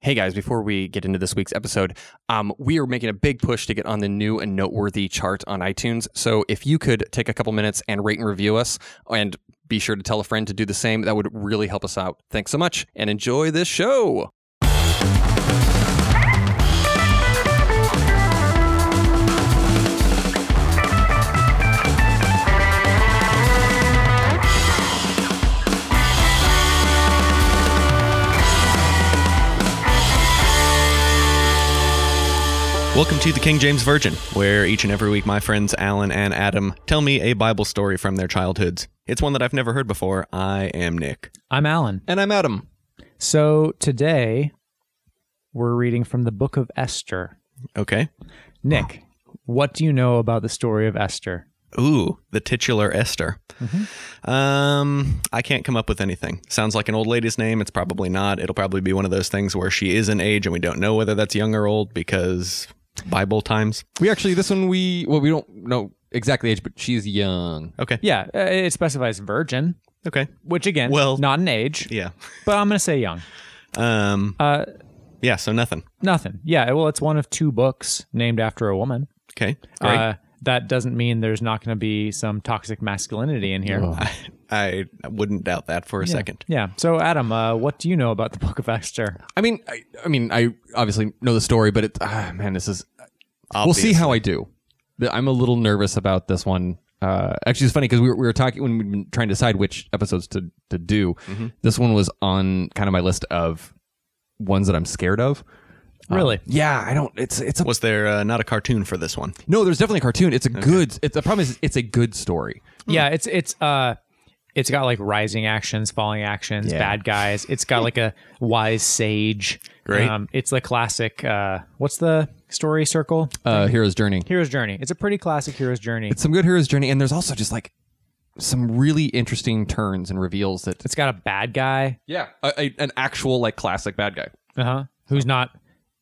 Hey guys, before we get into this week's episode, um, we are making a big push to get on the new and noteworthy chart on iTunes. So if you could take a couple minutes and rate and review us, and be sure to tell a friend to do the same, that would really help us out. Thanks so much, and enjoy this show. Welcome to the King James Virgin, where each and every week my friends Alan and Adam tell me a Bible story from their childhoods. It's one that I've never heard before. I am Nick. I'm Alan. And I'm Adam. So today we're reading from the book of Esther. Okay. Nick, what do you know about the story of Esther? Ooh, the titular Esther. Mm-hmm. Um, I can't come up with anything. Sounds like an old lady's name. It's probably not. It'll probably be one of those things where she is an age and we don't know whether that's young or old because Bible times. We actually, this one, we, well, we don't know exactly age, but she's young. Okay. Yeah, uh, it specifies virgin, Okay. which again, Well- not an age, Yeah. but I'm going to say young. Um. Uh, Yeah. So nothing. nothing. Yeah, well, it's one of two books named after a woman. Okay. Great. Uh, that doesn't mean there's not going to be some toxic masculinity in here. I, I wouldn't doubt that for a Yeah. second. Yeah. So, Adam, uh, what do you know about the book of Esther? I mean, I, I mean, I obviously know the story, but it, ah, man, this is. We'll see how I do. The- I'm a little nervous about this one. Uh, actually, it's funny because we were, we were talking when we were trying to decide which episodes to to do. This one was on kind of my list of ones that I'm scared of. Um, Really? Yeah, I don't. It's it's a Was there uh, not a cartoon for this one? no. There's definitely a cartoon. It's a good. It's the problem is it's a good story. Yeah, it's it's uh it's got like rising actions, falling actions, Yeah. bad guys. It's got like a wise sage. Um, Great. it's the classic uh what's the story circle? Uh, hero's journey. Hero's journey. It's a pretty classic hero's journey. It's, Some good hero's journey, and there's also just like some really interesting turns and reveals that it's got a bad guy, yeah, a, a, an actual like classic bad guy. uh-huh, who's not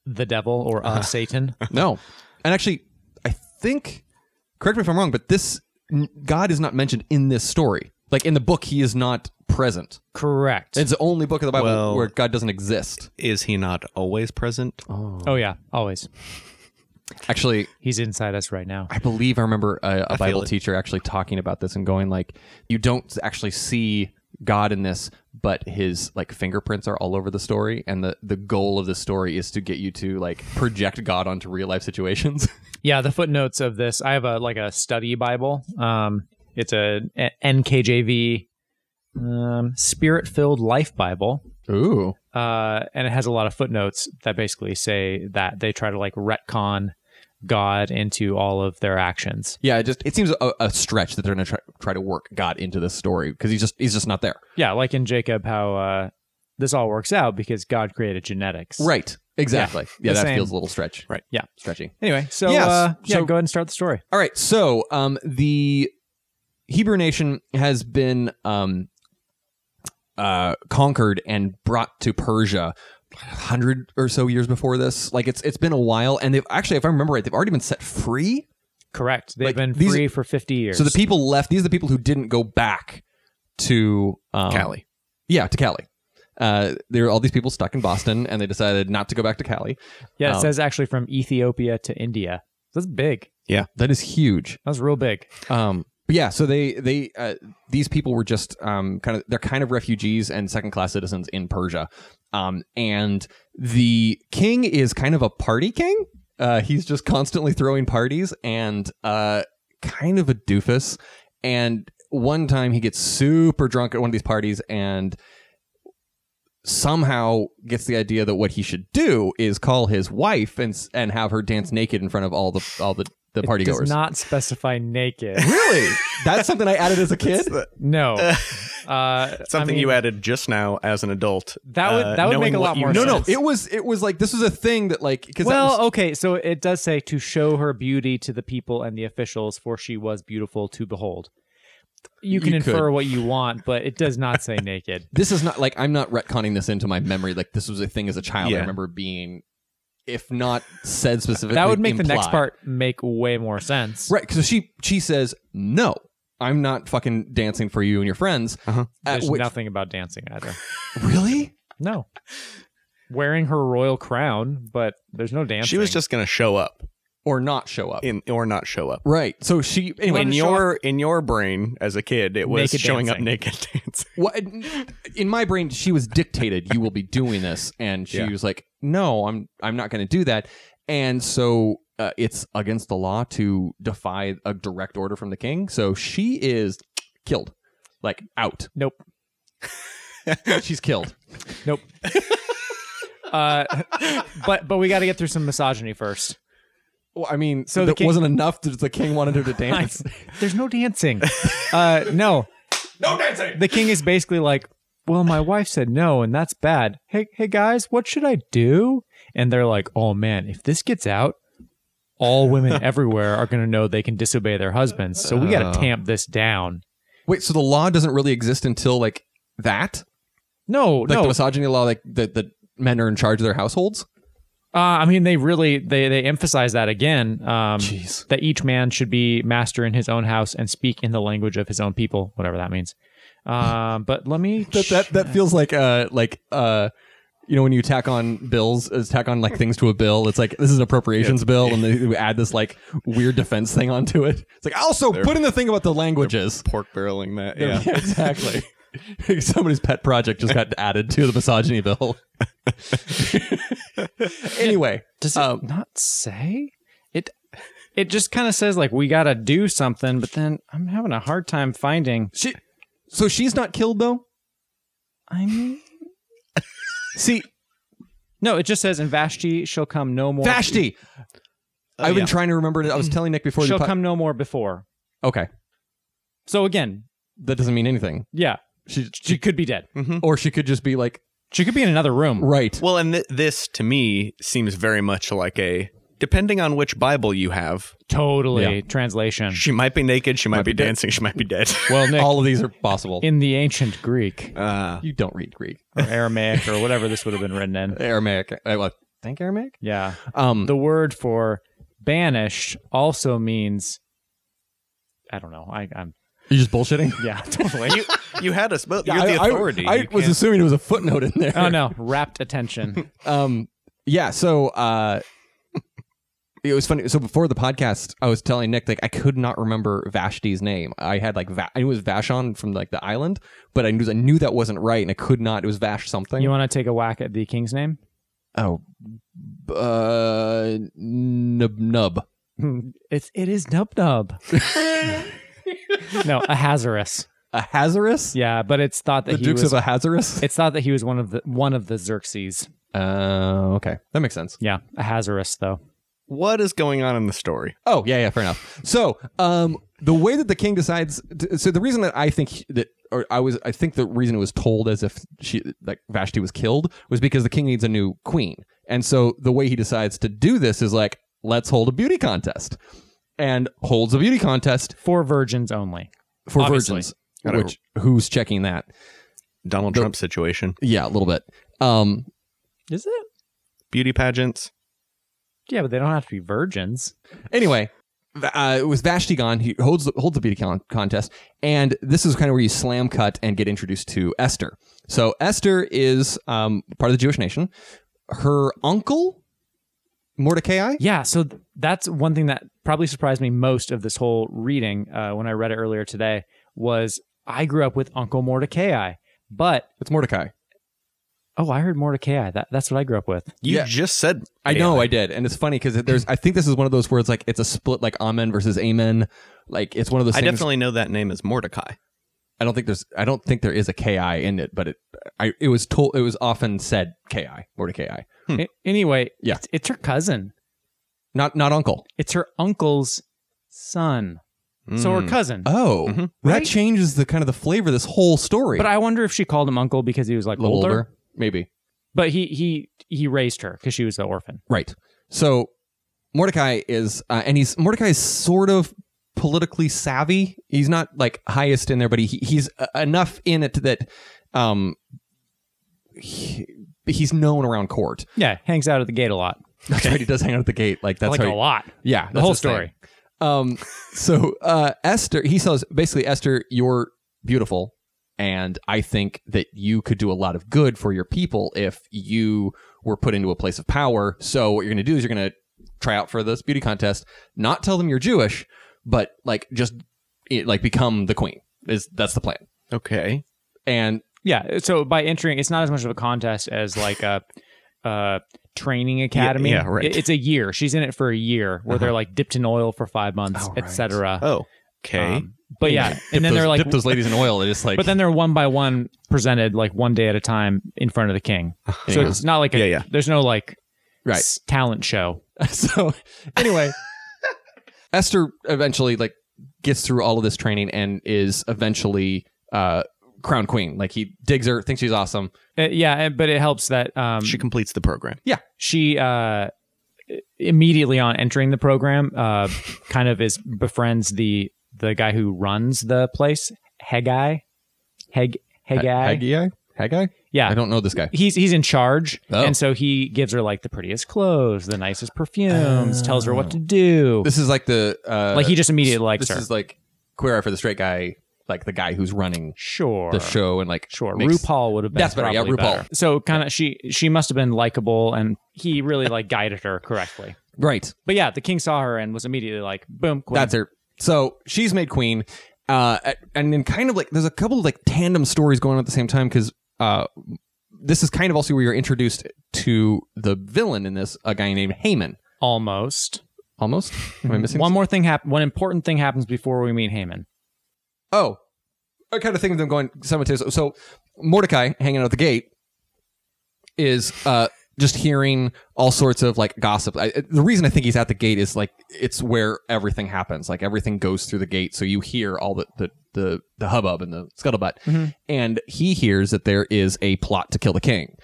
the devil or uh, Satan. No. And actually, I think, correct me if I'm wrong, but this, n- God is not mentioned in this story. Like in the book, he is not present. Correct. It's the only book of the Bible Well- where God doesn't exist. Is he not always present? oh yeah, always. Actually, He's inside us right now. I believe I remember a, a Bible it. teacher actually talking about this and going like, you don't actually see God in this, but his like fingerprints are all over the story. And the, the goal of the story is to get you to like project God onto real life situations. Yeah, the footnotes of this. I have a like a study Bible. Um, it's a a- NKJV um, Spirit Filled Life Bible, Ooh. uh, and it has a lot of footnotes that basically say that they try to like retcon God into all of their actions. Yeah, it just it seems a, a stretch that they're gonna try, try to work God into this story because he's just he's just not there. Yeah, like in Jacob, how uh, this all works out because God created genetics. Right. Exactly. Yeah, The that same. feels a little stretch. Right. Yeah. Stretchy. Anyway, so Yes, uh, yeah, so- go ahead and start the story. All right. So um, the Hebrew nation has been um, uh, conquered and brought to Persia. Hundred or so years before this, like it's it's been a while, and they've actually, if I remember right, they've already been set free. Correct. They've Like, been these- free for fifty years. So the people left. These are the people who didn't go back to um, Callie. Yeah, to Cali. Uh, there were all these people stuck in Boston, and they decided not to go back to Cali. yeah, it um, says actually from Ethiopia to India. That's big. That is huge. That's real big. Um, but yeah, so they they uh, these people were just um, kind of they're kind of refugees and second class citizens in Persia, um, and the king is kind of a party king. Uh, he's just constantly throwing parties and uh, kind of a doofus. And one time he gets super drunk at one of these parties and somehow gets the idea that what he should do is call his wife and s- and have her dance naked in front of all the all the the party it does goers. not specify naked. Really? That's something I added as a kid? No. Uh, Something I mean, you added just now as an adult. uh, That would- that would knowing make a what lot you more know. No, no. sense. It was it was like this was a thing that like cuz Well, okay, so it does say to show her beauty to the people and the officials, for she was beautiful to behold. You can You could. infer what you want, but it does not say naked. this is not like I'm not retconning this into my memory like this was a thing as a child. I Yeah. remember being if not said specifically That would make the next implied. part make way more sense. Right, cuz she she says, "No, I'm not fucking dancing for you and your friends." Uh-huh. At There's which- nothing about dancing either. Really? No. wearing her royal crown, but there's no dancing. She was just going to show up or not show up. in or not show up. right. So she anyway. in to show your in your brain as a kid, it was Naked showing up dancing. naked dancing. What in my brain, she was dictated, "You will be doing this," and she Yeah. was like, "No, I'm I'm not going to do that." And so uh, it's against the law to defy a direct order from the king. So she is killed, like out. Nope. She's killed. Nope. uh, but but we got to get through some misogyny first. Well, I mean, So so the that king- wasn't enough that the king wanted her to dance. There's no dancing. Uh, no. No dancing. The king is basically like, well, my wife said no, and that's bad. Hey hey guys, what should I do? And they're like, oh man, if this gets out, all women everywhere are going to know they can disobey their husbands. So we got to Oh. tamp this down. Wait, so the law doesn't really exist until like that? No, Like no, the misogyny law, like the, the men are in charge of their households? Uh, I mean, they really they they emphasize that again. Um, Jeez. That each man should be master in his own house and speak in the language of his own people, whatever that means. Um, but let me. That that, that feels like uh like uh you know when you tack on bills, uh, tack on like things to a bill, it's like this is an appropriations bill, and they add this like weird defense thing onto it. It's like also put in the thing about the languages. Pork barreling that. Yeah. exactly. Somebody's pet project just got added to the misogyny bill. anyway, does it um, not say it? It just kind of says like we gotta do something, but then I'm having a hard time finding. she so she's not killed though. I mean, See, no, it just says and Vashti shall come no more. Vashti. I've been Uh, yeah. trying to remember. it. I was telling Nick before. the shall po- come no more before. Okay, So again, that doesn't mean anything. yeah, She, she could be dead. or she could just be like, She could be in another room. right. Well, and th- this to me seems very much like a depending on which Bible you have, Totally Yeah. translation. she might be naked, she might, be, dancing, she might be dead. Well, Nick, All of these are possible. in the ancient Greek Uh, you don't read Greek, or Aramaic or whatever this would have been written in. Aramaic. I well, think Aramaic. Yeah. Um, The word for banished also means I don't know. I, I'm you're just bullshitting. yeah, totally. you you had us both. You're I- the I- authority. I, You was can't- assuming it was a footnote in there. oh no, rapt attention. Um, yeah. So, uh, it was funny. So before the podcast, I was telling Nick like I could not remember Vashti's name. I had like Va- I knew it was Vashon from like the island, but I knew I knew that wasn't right, and I could not. It was Vash something. You want to take a whack at the king's name? Oh, b- uh, nub nub. It's it is Nub Nub. no, Ahasuerus. Ahasuerus? Yeah, but it's thought that The he Dukes was of Ahasuerus? it's thought that he was one of the one of the Xerxes. Uh, okay. That makes sense. Yeah, Ahasuerus though. What is going on in the story? Oh, yeah, yeah, fair enough. So, um, the way that the king decides, to, so the reason that I think that, or I was, I think the reason it was told as if she, like Vashti was killed, was because the king needs a new queen. And so the way he decides to do this is like, let's hold a beauty contest. And holds a beauty contest For virgins only. for Obviously. virgins. Gotta- Which, who's checking that? Donald The- Trump situation, Yeah, a little bit. Um, Is it? beauty pageants. Yeah, but they don't have to be virgins. anyway, va- uh, it was Vashti gone. He holds the, holds the beauty con- contest, and this is kind of where you slam cut and get introduced to Esther. So Esther is um, part of the Jewish nation. Her uncle Mordecai. Yeah, so th- that's one thing that probably surprised me most of this whole reading uh, when I read it earlier today was I grew up with Uncle Mordecai, but It's Mordecai. oh, I heard Mordecai. That, that's what I grew up with. You Yeah. just said I know I did, and it's funny because there's. I think this is one of those words like it's a split like amen versus amen. Like it's one of those. I things, definitely know that name is Mordecai. I don't think there's. I don't think there is a ki in it, but it. I. It was told. It was often said ki Mordecai. A- anyway, Hmm. Yeah. it's, it's her cousin. Not not uncle. It's her uncle's son. So her Mm. cousin. Oh, Mhm. that Mm-hmm. Right? changes the kind of the flavor of this whole story. but I wonder if she called him uncle because he was like A little older. maybe. But he he he raised her because she was an orphan. Right. So Mordecai is, uh, and he's Mordecai is sort of politically savvy. He's not like highest in there, but he he's uh, enough in it that, um, he, he's known around court. Yeah, hangs out at the gate a lot. That's right. He does hang out at the gate. Like that's like how a he- lot. Yeah, The that's whole his thing. story. Um, so uh, Esther, he says basically, Esther, you're beautiful. And I think that you could do a lot of good for your people if you were put into a place of power. So what you're going to do is you're going to try out for this beauty contest, not tell them you're Jewish, but like just it, like become the queen. Is that's the plan. Okay. And Yeah. uh, So by entering, it's not as much of a contest as like a, a training academy. yeah, right. It- It's a year. She's in it for a year, where they're like dipped in oil for five months, Uh-huh. Oh, right. etc. Oh. Okay. Um, but yeah, and then those, they're like, dip those ladies in oil. They just like but then they're one by one presented, like one day at a time in front of the king. So Uh-huh. Yeah. it's not like a, Yeah, yeah. There's no like Right. s- talent show. so anyway esther eventually like gets through all of this training and is eventually uh crown queen like he digs her thinks she's awesome Uh, yeah, and- but it helps that um, she she completes the program. uh, immediately on entering the program uh, kind of is befriends the the guy who runs the place, Haggai. Heg Haggai. haggai haggai yeah. i don't know this guy He's he's in charge, Oh. and so he gives her like the prettiest clothes, the nicest perfumes, tells her what to do. Oh. this is like the uh like he just immediately likes this her. is like queer eye for the straight guy like the guy who's running sure, the show and like Sure, makes- RuPaul would have been. That's better, yeah, probably RuPaul. better. So kind of she she must have been likable, and he really like guided her correctly. right But yeah, the king saw her and was immediately like, boom, queen. That's her. So she's made queen. Uh, and then kind of like there's a couple of like tandem stories going on at the same time because uh, this is kind of also where you're introduced to the villain in this, a guy named Haman. almost. Almost. Am I missing? One more thing happened. One important thing happens before we meet Haman. Oh, I kind of think of them going simultaneously. So Mordecai hanging out at the gate is uh, just hearing all sorts of like gossip. I, uh, the reason I think he's at the gate is like it's where everything happens. Like everything goes through the gate, so you hear all the the the, the hubbub and the scuttlebutt. And he hears that there is a plot to kill the king.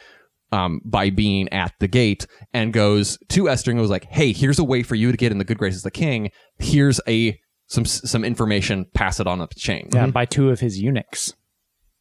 Um, by being at the gate and goes to Esther and goes like, "Hey, here's a way for you to get in the good graces of the king. Here's a some some information. Pass it on up the chain." Yeah, by two of his eunuchs.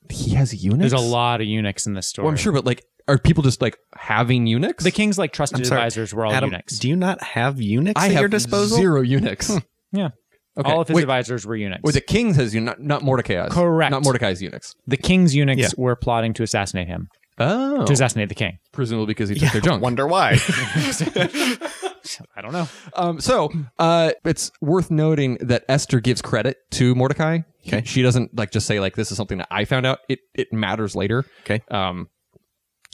he has eunuchs. There's a lot of eunuchs in this story. Well, I'm sure, but like, are people just like having eunuchs? the king's like trusted I'm sorry, advisors were all Adam, eunuchs. do you not have eunuchs I at have your disposal? zero eunuchs. yeah, Okay, Hmm. all of his wait. advisors were eunuchs. Or the king has eunuchs, not, not Mordecai's. Correct. Not Mordecai's eunuchs. the king's eunuchs Yeah. were plotting to assassinate him, Oh, to assassinate the king. presumably because he took their junk. Wonder why. I don't know. Um, so uh, it's worth noting that Esther gives credit to Mordecai. Okay. She doesn't like just say like this is something that I found out. It it matters later. Okay. Um,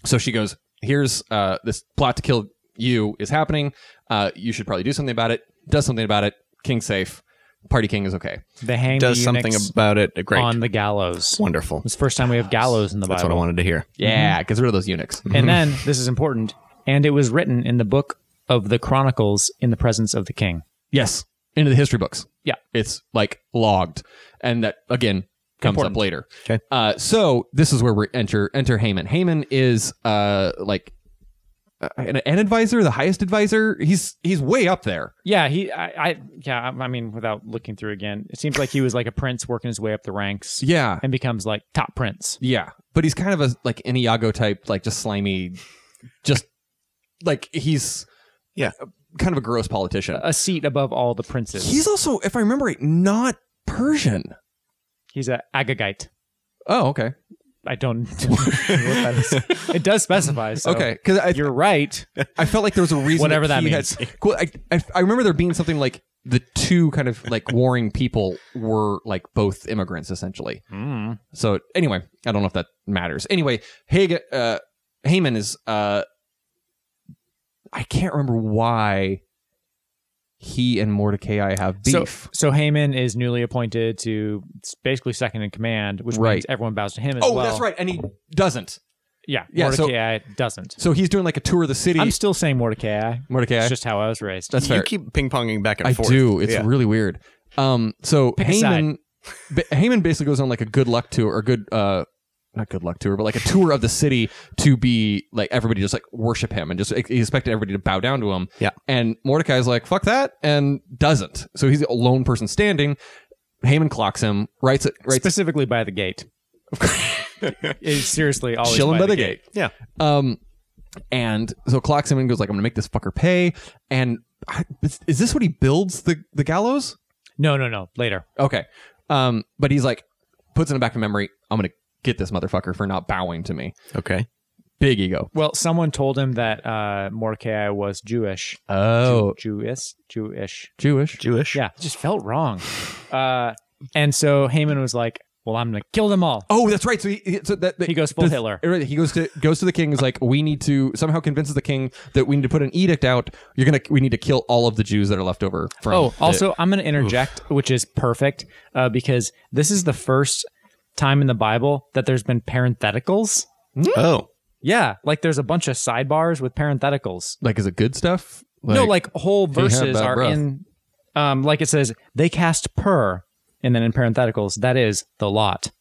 so she goes, "Here's uh, this plot to kill you is happening. Uh, you should probably do something about it. Does something about it. King's safe. Party king is okay. They hang Does the something eunuchs about it. Great. on the gallows. Wonderful. It's the first time we have gallows in the Bible. That's what I Mm-hmm. wanted to hear. Mm-hmm. Yeah, gets rid of those eunuchs. And then this is important, and it was written in the book of the Chronicles in the presence of the king. Yes, into the history books. Yeah. it's like logged, and that again comes Important. up later. Okay. Uh, so this is where we enter enter Haman. Haman is uh like uh, an, an advisor, the highest advisor. He's he's way up there. Yeah, he, I, I yeah, I, I mean, without looking through again, it seems like he was like a prince working his way up the ranks Yeah, and becomes like top prince. yeah. But he's kind of a like an Iago type, like just slimy, just like he's Yeah. kind of a gross politician. A seat above all the princes. He's also, if I remember right, not Persian. He's a Agagite. Oh, okay, I don't know what that is. It does specify. So okay. Because I, You're right. I felt like there was a reason. Whatever that he means. had- Well, I, I, I remember there being something like the two kind of like warring people were like both immigrants essentially. Mm. So anyway, I don't know if that matters. Anyway, Haga, uh, Haman is uh, I can't remember why he and Mordecai have So, beef. so Haman is newly appointed to it's basically second in command, which Right. means everyone bows to him as oh, well. that's right, and he doesn't. Yeah, Yeah, so- Mordecai doesn't. So he's doing like a tour of the city. I'm still saying Mordecai. Mordecai, It's just how I was raised. that's fair. You keep ping ponging back and I forth. do. It's Yeah. really weird. Um, so Pick a Haman, ba- Haman basically goes on like a good luck tour or good, uh, not good luck tour, but like a tour of the city to be like everybody just like worship him and just he expected everybody to bow down to him. Yeah. And Mordecai's like fuck that and doesn't. So he's the lone person standing. Haman clocks him, writes it, writes Specifically by the gate. It's seriously always chilling by, the gate. Yeah. Um, and so clocks him and goes like I'm gonna make this fucker pay. And I, is, is this what he builds the the gallows? No, no, no. Later. Okay. Um, but he's like, puts in the back of memory, I'm going to get this motherfucker for not bowing to me. Okay. Big ego. Well, someone told him that uh, Mordecai was Jewish. Oh, Jew- Jewish, Jewish. Jewish. Jewish. Yeah, it just felt wrong. Uh, and so Haman was like, "Well, I'm gonna kill them all." Oh, that's right. So he so that, that He goes full this- Hitler. right, He goes to goes to the king. Is like we need to somehow convinces the king that we need to put an edict out. You're gonna we need to kill all of the Jews that are left over. From Oh, also, I'm going to interject, which is perfect uh, because this is the first time in the Bible that there's been parentheticals. Oh. Yeah, like there's a bunch of sidebars with parentheticals. like is it good stuff? no, like whole had verses bad are breath. in, um, like it says, they cast per, and then in parentheticals, that is the lot.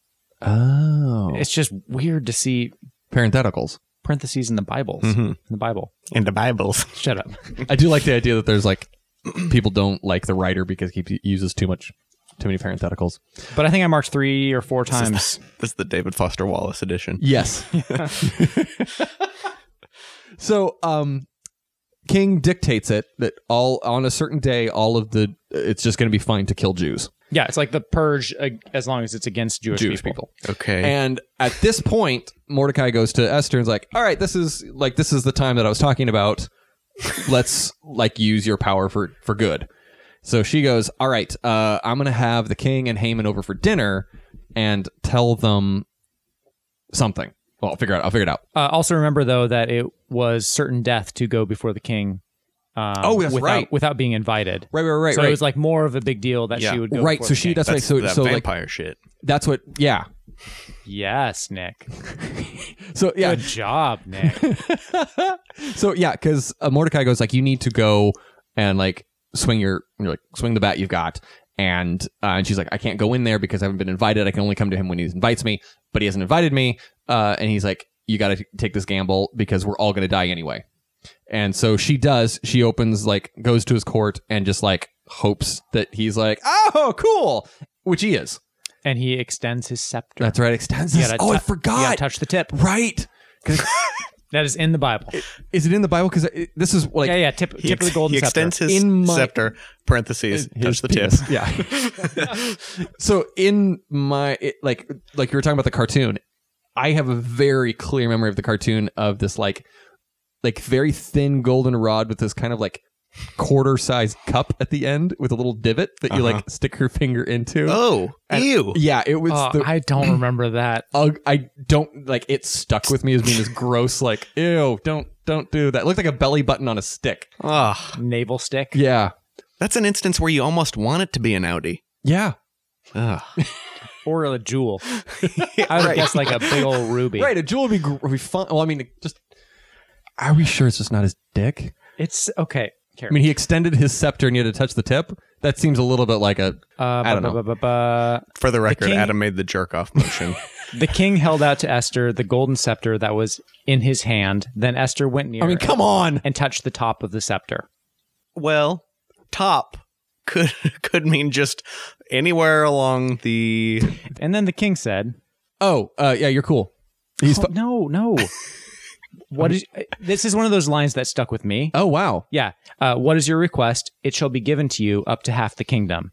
oh It's just weird to see parentheticals. parentheses in the Bibles, Mm-hmm. in the Bible. In the Bibles. Shut up. I do like the idea that there's like people don't like the writer because he uses too much too many parentheticals. But I think I marked three or four times. This is the David Foster Wallace edition. Yes. so, um, King dictates it that all on a certain day, all of the it's just going to be fine to kill Jews, Yeah, it's like the purge uh, as long as it's against Jewish, Jewish people. people. Okay. And at this point, Mordecai goes to Esther and's like, "All right, this is like this is the time that I was talking about. Let's like use your power for for good." So she goes, "All right, uh, I'm gonna have the king and Haman over for dinner and tell them something. Well, I'll figure it out. I'll figure it out. Uh, also remember though that it was certain death to go before the king. Um, Oh, that's without, right. Without being invited, Right, right, right. so right. it was like more of a big deal that Yeah. she would go. right before so the she king. that's, right so that so like vampire shit. that's what yeah yes, Nick. so yeah Good job, Nick. so yeah because uh, mordecai goes like you need to go and like swing your you're like swing the bat you've got and uh, and she's like i can't go in there because i haven't been invited i can only come to him when he invites me but he hasn't invited me uh, and he's like you gotta take this gamble because we're all gonna die anyway and so she does she opens like goes to his court and just like hopes that he's like oh cool which he is and he extends his scepter. that's right extends his- You gotta oh i tou- you gotta forgot touch the tip. right 'Cause- That is in the Bible. Is it in the Bible? Because this is like yeah, yeah. Tip, He, tip of ex- the golden he scepter. extends his In my- Uh, scepter, parentheses, touch his the tip. penis. Yeah. so in my it, like like you were talking about the cartoon, I have a very clear memory of the cartoon of this like like very thin golden rod with this kind of like quarter sized cup at the end with a little divot that you Uh-huh. like stick your finger into. Oh, ew. Yeah, it was Oh, the I don't remember that. ug- I don't like it stuck with me as being this gross like ew, don't don't do that. It looked like a belly button on a stick. Ah, Navel stick. Yeah. that's an instance where you almost want it to be an Audi. Yeah. Ugh. Or a jewel. I would guess like a big old ruby. Right, a jewel would be, gr- would be fun. Well, I mean, just are we sure it's just not his dick? It's okay. Here. I mean, he extended his scepter and he had to touch the tip. That seems a little bit like a uh, I don't know. know. For the record, king- Adam made the jerk off motion. The king held out to Esther the golden scepter that was in his hand. Then Esther went near I mean, it come on. and touched the top of the scepter. well, top could could mean just anywhere along the And then the king said, Oh, uh, yeah, you're cool. He's oh, fu- No, no. what is this? Is one of those lines that stuck with me. oh wow. Yeah. Uh, what is your request? It shall be given to you up to half the kingdom.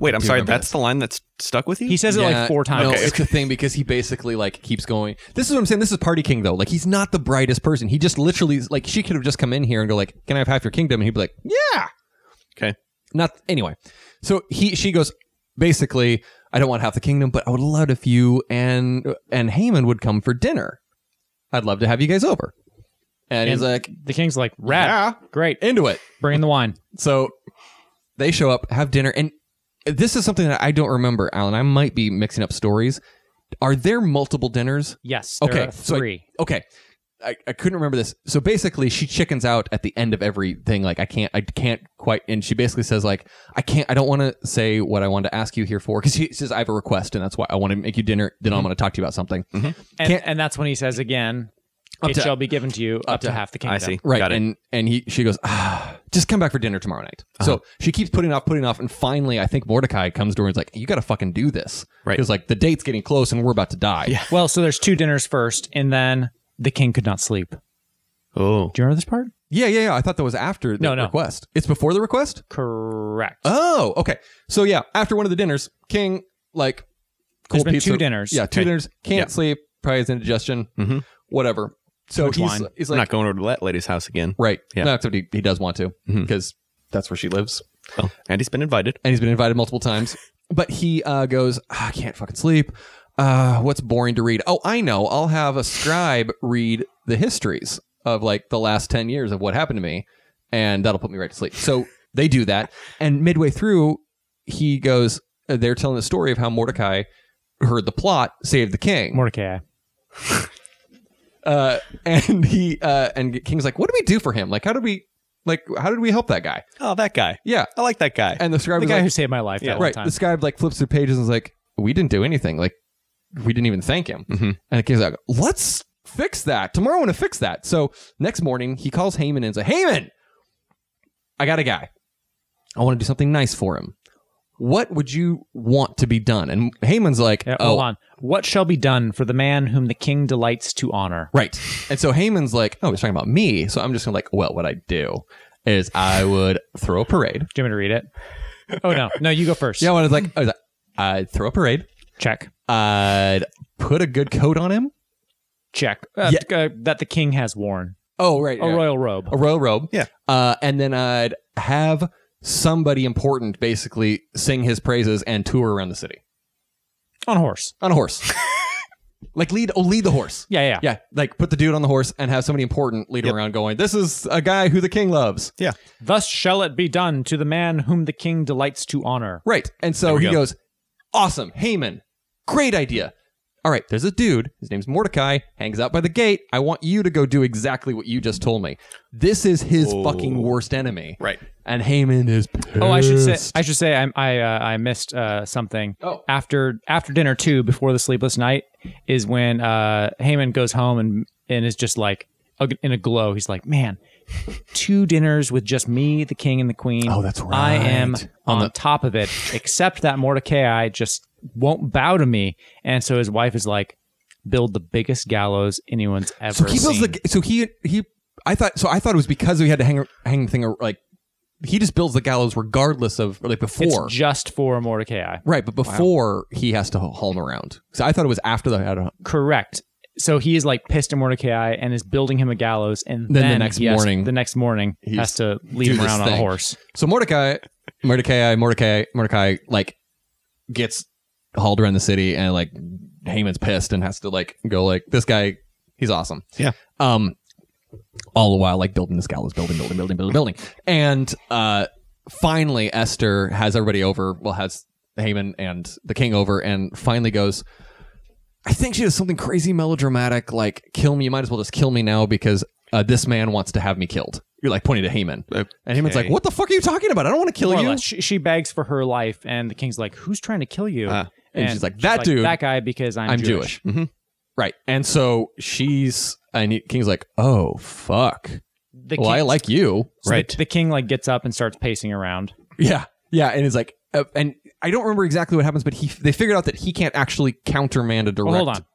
Wait, I'm Do you sorry. remember That's the line that's stuck with you. He says it Yeah, like four times. No, it's the thing because he basically like keeps going. This is what I'm saying. This is Party King though. Like he's not the brightest person. He just literally like she could have just come in here and go like, "Can I have half your kingdom?" And he'd be like, "Yeah." okay. not anyway. So he she goes basically, I don't want half the kingdom, but I would love if you and and Haman would come for dinner. I'd love to have you guys over. And, he's And- like, The king's like, "Rat, Yeah. great, into it. bring in the wine." So they show up, have dinner, and this is something that I don't remember, Alan. I might be mixing up stories. Are there multiple dinners? Yes. there Okay, are so I- three. Okay. I, I couldn't remember this. So basically she chickens out at the end of everything. Like I can't I can't quite and she basically says like I can't I don't want to say what I wanted to ask you here for because she says I have a request and that's why I want to make you dinner, then I'm gonna talk to you about something. and, can't- and that's when he says again, "It to- shall be given to you up, to half the kingdom." I see. Right. Got it. and and he she goes, ah, just come back for dinner tomorrow night. Uh-huh. So she keeps putting off, putting off, and finally I think Mordecai comes to her and is like, You gotta fucking do this. Right. Because like the date's getting close and we're about to die. Yeah. Well, so there's two dinners first, and then the king could not sleep. Do oh, you remember this part? Yeah, yeah, yeah. I thought that was after the No, no. request. It's before the request? Correct. Oh, okay. So yeah, after one of the dinners, King like cold been pizza. two dinners. Yeah, two Okay. dinners. Can't Yeah. sleep. Probably has indigestion. Mhm. Whatever. So Which he's, wine? he's I'm like, not going over to that lady's house again. right. Yeah. No, except he, he does want to Mhm. because that's where she lives. Well, Andy's Oh, been invited. and he's been invited multiple times. But he uh, goes, "Ah, I can't fucking sleep. Uh, what's boring to read? Oh, I know. I'll have a scribe read the histories of like the last 10 years of what happened to me, and that'll put me right to sleep. So they do that. And midway through, he goes, uh, They're telling the story of how Mordecai heard the plot, saved the king. Mordecai. Uh, and he, uh, and King's like, What do we do for him? Like, how did we, like, how did we help that guy? Oh, that guy. Yeah. I like that guy. And the scribe The is guy like, who saved my life Yeah. that one right. time. This guy like flips through pages and is like, "We didn't do anything. Like, we didn't even thank him." Mhm. And the king's like, "Let's fix that tomorrow. I want to fix that." So next morning, he calls Haman and says, "Haman, I got a guy. I want to do something nice for him. What would you want to be done?" And Haman's like, Yeah, "Oh, Hold on. What shall be done for the man whom the king delights to honor? Right. And so Haman's like, "Oh, he's talking about me." So I'm just gonna like, well, what I do is I would throw a parade. Do you want me to read it? Oh no, no, you go first. Yeah, I was like, I was like, I'd throw a parade. Check, I'd put a good coat on him. check. Uh, uh, that the king has worn Oh, right. a yeah. royal robe. a royal robe. Yeah. Uh, and then I'd have somebody important basically sing his praises and tour around the city on a horse. on a horse. like lead, oh, lead the horse. Yeah, yeah, Yeah, like put the dude on the horse and have somebody important lead him Yep. around, going, "This is a guy who the king loves." yeah. Thus shall it be done to the man whom the king delights to honor. Right. And so we he go. goes, "Awesome, Haman, great idea." All right, there's a dude. His name's Mordecai. Hangs out by the gate. I want you to go do exactly what you just told me. This is his Oh. fucking worst enemy. Right. And Haman is. Oh, I should say, pissed. I should say, I I, uh, I missed uh, something. Oh. after after dinner too, before the sleepless night is when uh, Haman goes home and and is just like ug- in a glow. He's like, man, two dinners with just me, the king, and the queen. Oh, that's I am right. on, top of it, except that Mordecai just won't bow to me, and so his wife is like, build the biggest gallows anyone's ever. So he builds seen. the so he he I thought so I thought it was because we had to hang hang thing or, like he just builds the gallows regardless of or, like It's before just for Mordecai. right, but before he has to haul him around. So I thought it was after the had to- Correct. So he is like pissed at Mordecai and is building him a gallows, and Then the then, next he has- morning, the next morning he's- has to lead do him this around on a thing. horse. so Mordecai Mordecai Mordecai Mordecai like gets hauled around the city and like Haman's pissed and has to like go like this guy he's awesome Yeah. um all the while like building this gallows building building building building building and uh finally esther has everybody over well has haman and the king over and finally goes i think she does something crazy melodramatic like kill me you might as well just kill me now because uh, this man wants to have me killed you're like pointing to haman and haman's Okay. like what the fuck are you talking about i don't want to kill More or you less. She, she begs for her life, and the king's like, "Who's trying to kill you?" Ah. Uh, And she's like, "That dude, that guy, because I'm, i'm Jewish. jewish, Mhm. right and so she's and he- king's like oh fuck The well i king- like you so the- Right. The, king like gets up and starts pacing around. Yeah, yeah, and it's like, uh, and I don't remember exactly what happens, but he they figured out that he can't actually countermand a direct Well, hold on.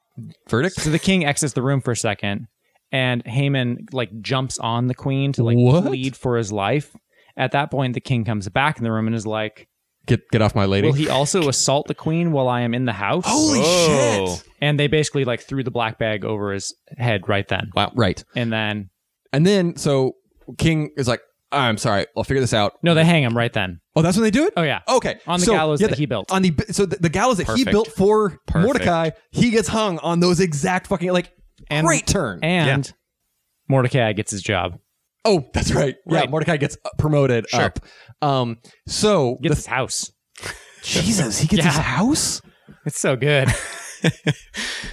verdict. So the king exits the room for a second, and Haman like jumps on the queen to like What? plead for his life. At that point, the king comes back in the room and is like, Get get off my lady. Will he also assault the queen while I am in the house? Holy Whoa. shit! And they basically like threw the black bag over his head right then. Wow, right. And then And then so King is like, "Ah, I'm sorry, I'll figure this out. no, they hang him right then. Oh, that's when they do it. Oh yeah. Okay, On the So, gallows yeah, that he built. on the uh, so the, the gallows that he Perfect. built for Perfect. Mordecai, he gets hung on those exact fucking like And- great turn. and Mordecai gets his job. oh, that's right. Yeah, Right. Mordecai gets promoted Sure. up. Um, so Gets his house. the, Jesus, he gets his Yeah. house. It's so good.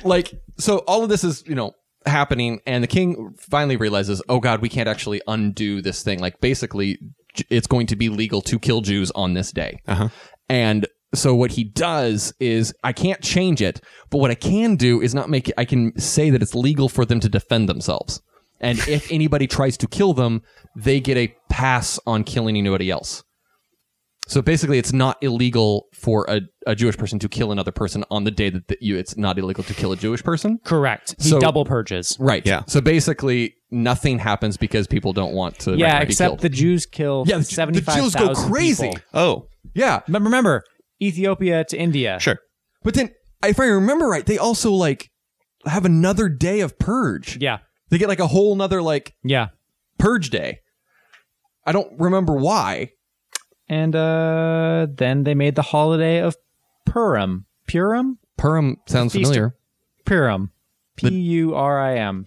like so all of this is you know happening and the king finally realizes oh god we can't actually undo this thing like basically j- it's going to be legal to kill jews on this day Uh-huh. and so what he does is i can't change it but what i can do is not make it i can say that it's legal for them to defend themselves and if anybody tries to kill them they get a pass on killing anybody else so basically, it's not illegal for a, a Jewish person to kill another person on the day that that you. It's not illegal to kill a Jewish person. Correct. He So- double purges. Right. Yeah. So basically, nothing happens because people don't want to. Yeah, be except killed. the Jews kill Yeah, the- the Jews go seventy-five thousand. crazy. Oh, yeah. But remember, Ethiopia to India. sure. But then if I remember right, they also like have another day of purge. Yeah. They get like a whole nother like Yeah. purge day. I don't remember why. And uh, then they made the holiday of Purim. Purim? Purim sounds Feast of- familiar. Purim. P U R I M.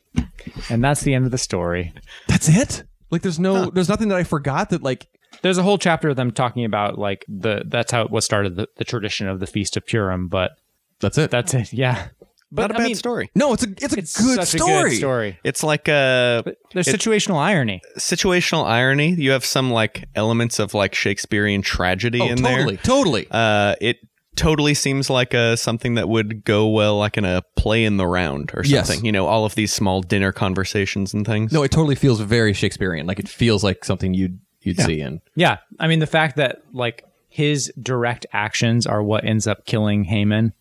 And that's the end of the story. That's it. Like there's no there's nothing that I forgot that like There's a whole chapter of them talking about like the that's how it was started the, the tradition of the feast of Purim, but that's it. that's it. Yeah. But Not a I bad mean, story. no, it's a it's a It's good such story. a good story. It's like a But there's It- situational irony. situational irony. You have some like elements of like Shakespearean tragedy Oh, in totally, there. totally. Uh, it totally seems like uh something that would go well like in a play in the round or Yes. something. You know, all of these small dinner conversations and things. no, it totally feels very Shakespearean. Like it feels like something you'd you'd see in. Yeah. I mean, the fact that like his direct actions are what ends up killing Haman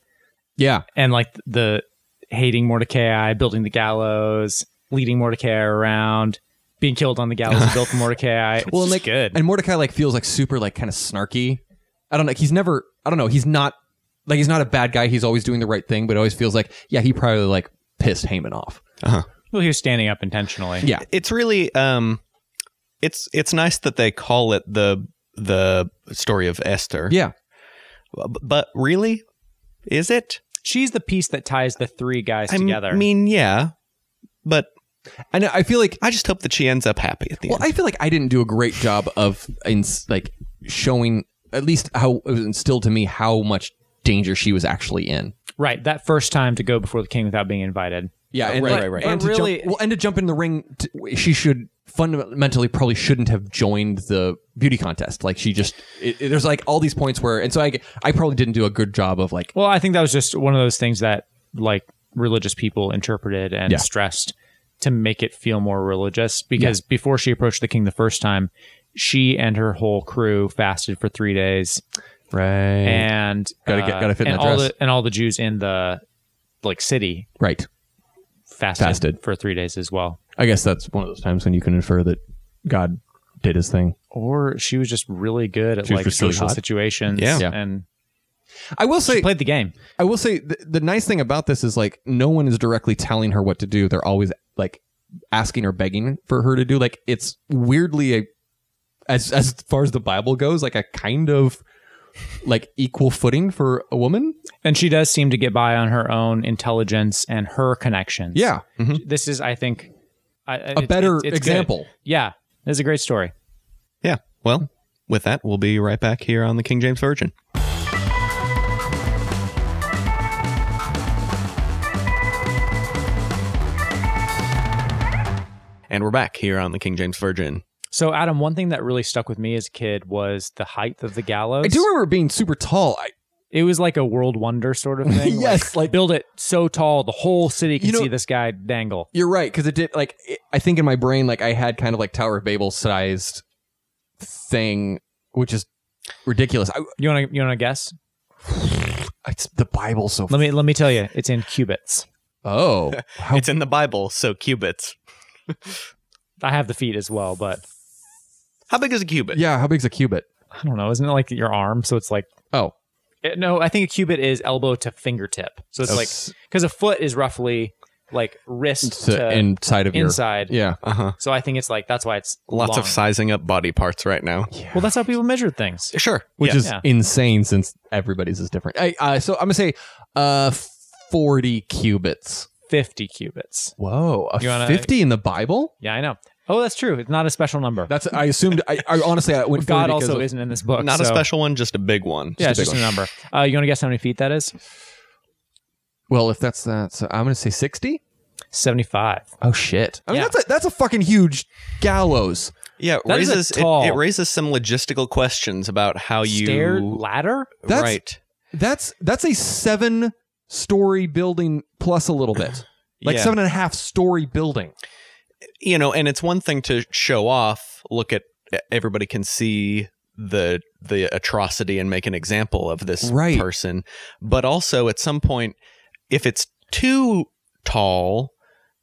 Yeah, and like the hating Mordecai, building the gallows, leading Mordecai around, being killed on the gallows built for Mordecai. It's and, just like, good. And Mordecai like feels like super like kind of snarky. I don't know. He's never. I don't know. He's not like he's not a bad guy. He's always doing the right thing, but it always feels like yeah, he probably like pissed Haman off. well, he was standing up intentionally. Yeah. it's really um it's it's nice that they call it the the story of Esther. Yeah, B- But really? Is it? She's the piece that ties the three guys I m- together. mean, yeah. But and I feel like I just hope that she ends up happy at the well, end. I feel like I didn't do a great job of in like showing at least how it was instilled to me how much danger she was actually in. right. That first time to go before the king without being invited. Yeah, and right, like- right, right. And But to really- jump, well, and to jump in the ring, t she should fundamentally probably shouldn't have joined the beauty contest. Like she just, it, it- there's like all these points where, and so I, I probably didn't do a good job of like, Well, I think that was just one of those things that like religious people interpreted and Yeah. stressed to make it feel more religious because before she approached the king the first time, she and her whole crew fasted for three days right, and uh, Gotta get- gotta fit in and that all dress. the and all the Jews in the like city right. fasted, Fasted. for three days as well. I guess that's one of those times when you can infer that God did his thing. Or she was just really good at She was like just really social hot. situations Yeah. Yeah. and I will say, she played the game. I will say, the, the nice thing about this is like, no one is directly telling her what to do. They're always like asking or begging for her to do. Like it's weirdly a, as as far as the Bible goes, like a kind of like equal footing for a woman. And she does seem to get by on her own intelligence and her connections. Yeah, This is, I think, I, a better example. Yeah, this is a great story. yeah. Well, with that, we'll be right back here on the King James Virgin. And we're back here on the King James Virgin. So, Adam, one thing that really stuck with me as a kid was the height of the gallows. I do remember being super tall. I, It was like a world wonder sort of thing. Yes, like, like- build it so tall the whole city can You know- see this guy dangle. you're right because it did like it, I think in my brain like I had kind of like Tower of Babel sized thing, which is ridiculous. I, You want to you want to guess? it's the Bible so. Let me let me tell you, it's in cubits. oh, how It's in the Bible, so cubits. I have the feet as well, but How big is a cubit? yeah, how big's a cubit? I don't know. Isn't it like your arm? So it's like Oh, it- no. I think a cubit is elbow to fingertip. So it's like s- because a foot is roughly like wrist to to, inside of inside. your yeah. Uh huh. So I think it's like that's why it's Lots long. of sizing up body parts right now. Well, that's how people measure things. Sure. which Yeah. is Yeah. insane since everybody's is different. I, uh, so I'm gonna say uh, 40 cubits. Fifty cubits. Whoa, a You wanna- 50 in the Bible? Yeah, I know. Oh, that's true. It's not a special number. That's I assumed. I, I honestly I went God 40 because also of- isn't in this book. not a so- special one, just a big one. Yeah, it's a big just one. a number. Uh, you want to guess how many feet that is? Well, if that's that, so I'm gonna say 60. Seventy-five. Oh shit! I mean Yeah. that's a that's a fucking huge gallows. Yeah, That is a raises it- tall- It, raises some logistical questions about how Oh, you Stair ladder. That's- right. That's that's a seven story building plus a little bit, like Yeah. seven and a half story building. You know, and it's one thing to show off. Look at e-, everybody can see the the atrocity and make an example of this Right. person, but also at some point, if it's too tall,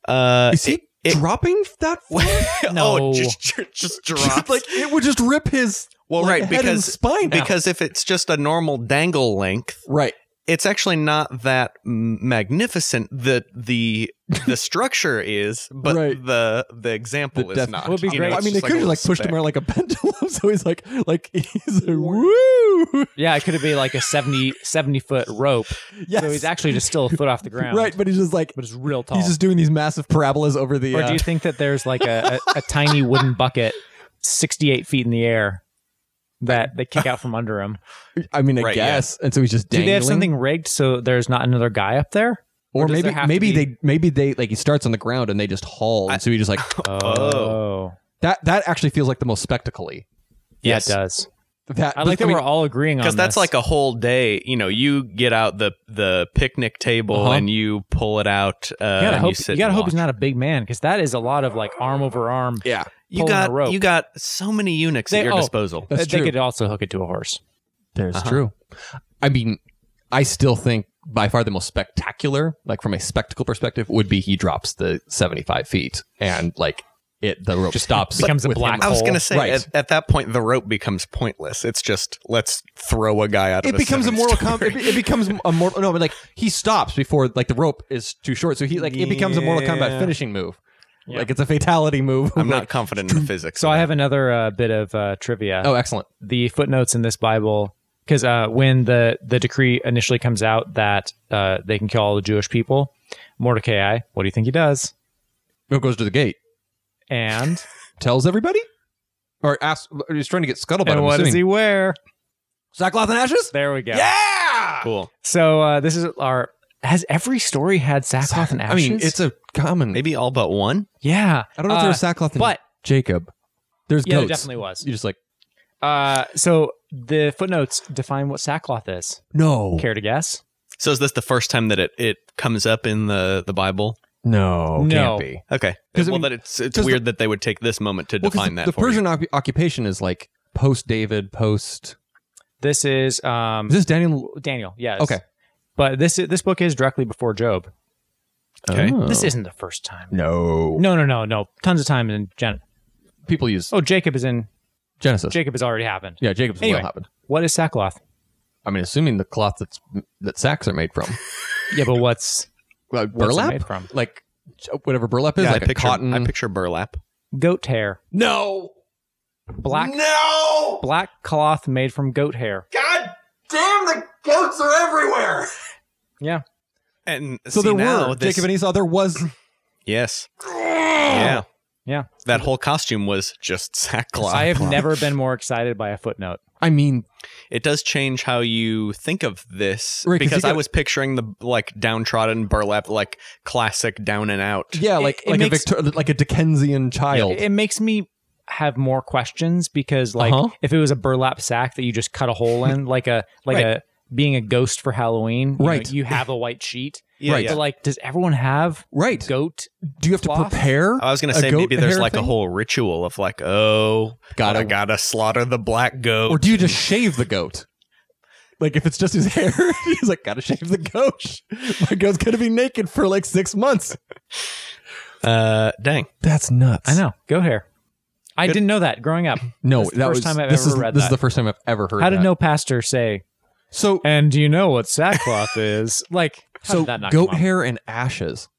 uh, Is he it- dropping that? No. oh, just just, just drops. like it would just rip his well, like, right head and because spine out. because if it's just a normal dangle length, right it's actually not that magnificent that the the structure is, but Right. the the example The is def- not. Would be You know, great. it's I mean, they just could have a like little pushed him speck. around like a pendulum, so he's like, like he's like, woo, Yeah, it could be like a 70, 70 foot rope. yes, So he's actually just still a foot off the ground. right, but he's just like, But it's real tall. he's just doing these massive parabolas over the. Or do uh, you think that there's like a, a, a tiny wooden bucket 68 feet in the air that they kick out from under him? I mean, I Right, yeah. guess, and so he's just Do dangling. they have something rigged so there's not another guy up there? or or does maybe there have to maybe be- they maybe they like he starts on the ground and they just haul, and so he just like Oh. that. That actually feels like the most spectacally. Yeah, Yes. it does. That I like that mean, we're all agreeing on because that's this. like a whole day. You know, you get out the the picnic table Uh-huh. and you pull it out. Uh, you gotta and hope, you, sit you gotta and hope he's watch. not a big man because that is a lot of like arm over arm. yeah. You pulling a got rope. you got so many eunuchs They- at your oh. disposal. That's Uh, they true. could also hook it to a horse. That's Uh-huh. true. I mean, I still think by far the most spectacular, like from a spectacle perspective, would be he drops the seventy-five feet and like it, the rope stops, becomes a with him. black I was hole. gonna say Right. at, at that point the rope becomes pointless. It's just let's throw a guy out. It of becomes a seven moral. story. Com- it, be- it becomes a moral. No, but like he stops before like the rope is too short, so he like it becomes a Mortal Kombat Yeah. finishing move. Yeah. Like it's a fatality move. I'm Like- not confident in the physics. So of I that. have another uh, bit of uh, trivia. Oh, excellent. the footnotes in this Bible, because uh, when the the decree initially comes out that uh, they can kill all the Jewish people, Mordecai, what do you think he does? It goes to the gate, And tells everybody, or asks. He's trying to get scuttlebutt. and I'm what does assuming. he wear? Sackcloth and ashes. There we go. Yeah. cool. So uh, this is our. Has every story had sackcloth and I ashes? mean, it's a common. Maybe all but one. yeah. I don't know if there Uh, was sackcloth and but Jacob. There's yeah, there goats. definitely was. You're just like Uh, so the footnotes define what sackcloth is. no, Care to guess? So is this the first time that it, it comes up in the, the Bible? no, No. can't be. Okay. 'Cause, I Well, mean, that it's it's 'cause the- weird that they would take this moment to 'cause define the, that the for Persian occu- occupation is like post David, post. This is um, Is this Daniel? Daniel. Yes. Okay. But this this book is directly before Job. Okay. Oh. This isn't the first time. no. No, no, no, no. Tons of time in Gen. people use Oh, Jacob is in. Genesis. Jacob has already happened. yeah, Jacob's Anyway. will happened. What is sackcloth? I mean, assuming the cloth that's that sacks are made from Yeah, but what's like what's it burlap, made from? like whatever burlap is, you. Yeah, like I a picture cotton. I picture burlap. Goat hair. no, Black No, black cloth made from goat hair. God damn, the goats are everywhere. Yeah. And So see, there now were this- Jacob and Esau. There was yes, yeah, Yeah. That whole costume was just sackcloth. I have never been more excited by a footnote. I mean, it does change how you think of this Right, 'cause because you I gotta- was picturing the like downtrodden burlap, like classic down and out. yeah, It- like it like makes- a Victor- like a Dickensian child. It, it makes me have more questions because like Uh-huh. if it was a burlap sack that you just cut a hole in like a like Right. a being a ghost for Halloween, you know, Right. you have a white sheet. Yeah, Right. yeah. But like does everyone have right? goat Do you have to cloth? prepare? I was gonna A say goat maybe there's hair like thing? a whole ritual of like, oh, Gotta- I gotta slaughter the black goat. or do you just shave the goat? Like if it's just his hair, he's like, gotta shave the goat. My goat's gonna be naked for like six months. uh, dang, That's nuts. I know. Goat hair. I Good. didn't know that growing up. No, That's the that first was time I've this ever is, read This is that. the first time I've ever heard. How did that. no pastor say, So and do you know what sackcloth is? Like, how so did that not goat come up? hair and ashes.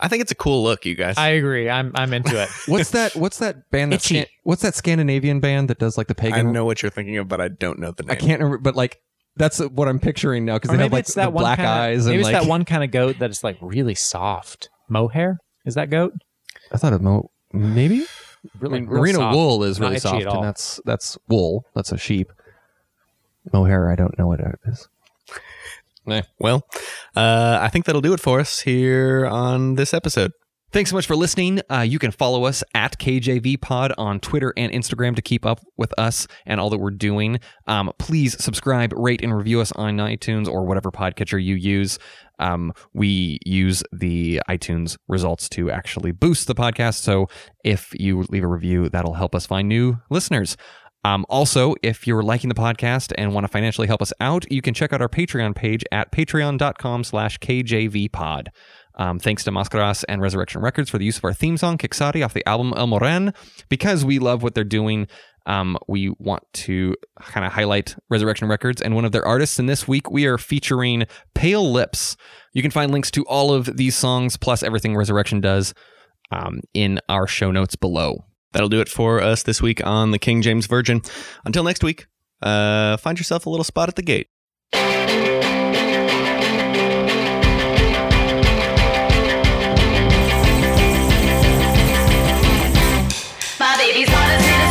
I think it's a cool look, you guys. I agree. I'm I'm into it. What's that? What's that band? That's Itchy. Scan- what's that Scandinavian band that does like the pagan? I know what you're thinking of, but I don't know the name. I can't remember, but like that's what I'm picturing now because Or they maybe have like it's that the one black kinda, eyes Maybe and it's like that one kind of goat that is like really soft. Mohair is that goat? I thought of mo maybe. I Really, mean, real merino soft. wool is Not really itchy at soft, all. and that's that's wool. That's a sheep. Mohair, I don't know what it is. Well, uh, I think that'll do it for us here on this episode. Thanks so much for listening. Uh, you can follow us at KJV Pod on Twitter and Instagram to keep up with us and all that we're doing. Um, please subscribe, rate, and review us on iTunes or whatever podcatcher you use. Um, we use the iTunes results to actually boost the podcast. So if you leave a review, that'll help us find new listeners. Um, also, if you're liking the podcast and want to financially help us out, you can check out our Patreon page at patreon.com slash kjvpod. Um, thanks to Mascaras and Resurrection Records for the use of our theme song, Kixari, off the album El Moren. Because we love what they're doing, um, we want to kind of highlight Resurrection Records and one of their artists. And this week we are featuring Pale Lips. You can find links to all of these songs plus everything Resurrection does um, in our show notes below. That'll do it for us this week on the King James Virgin. Until next week, uh, find yourself a little spot at the gate. My baby's honestly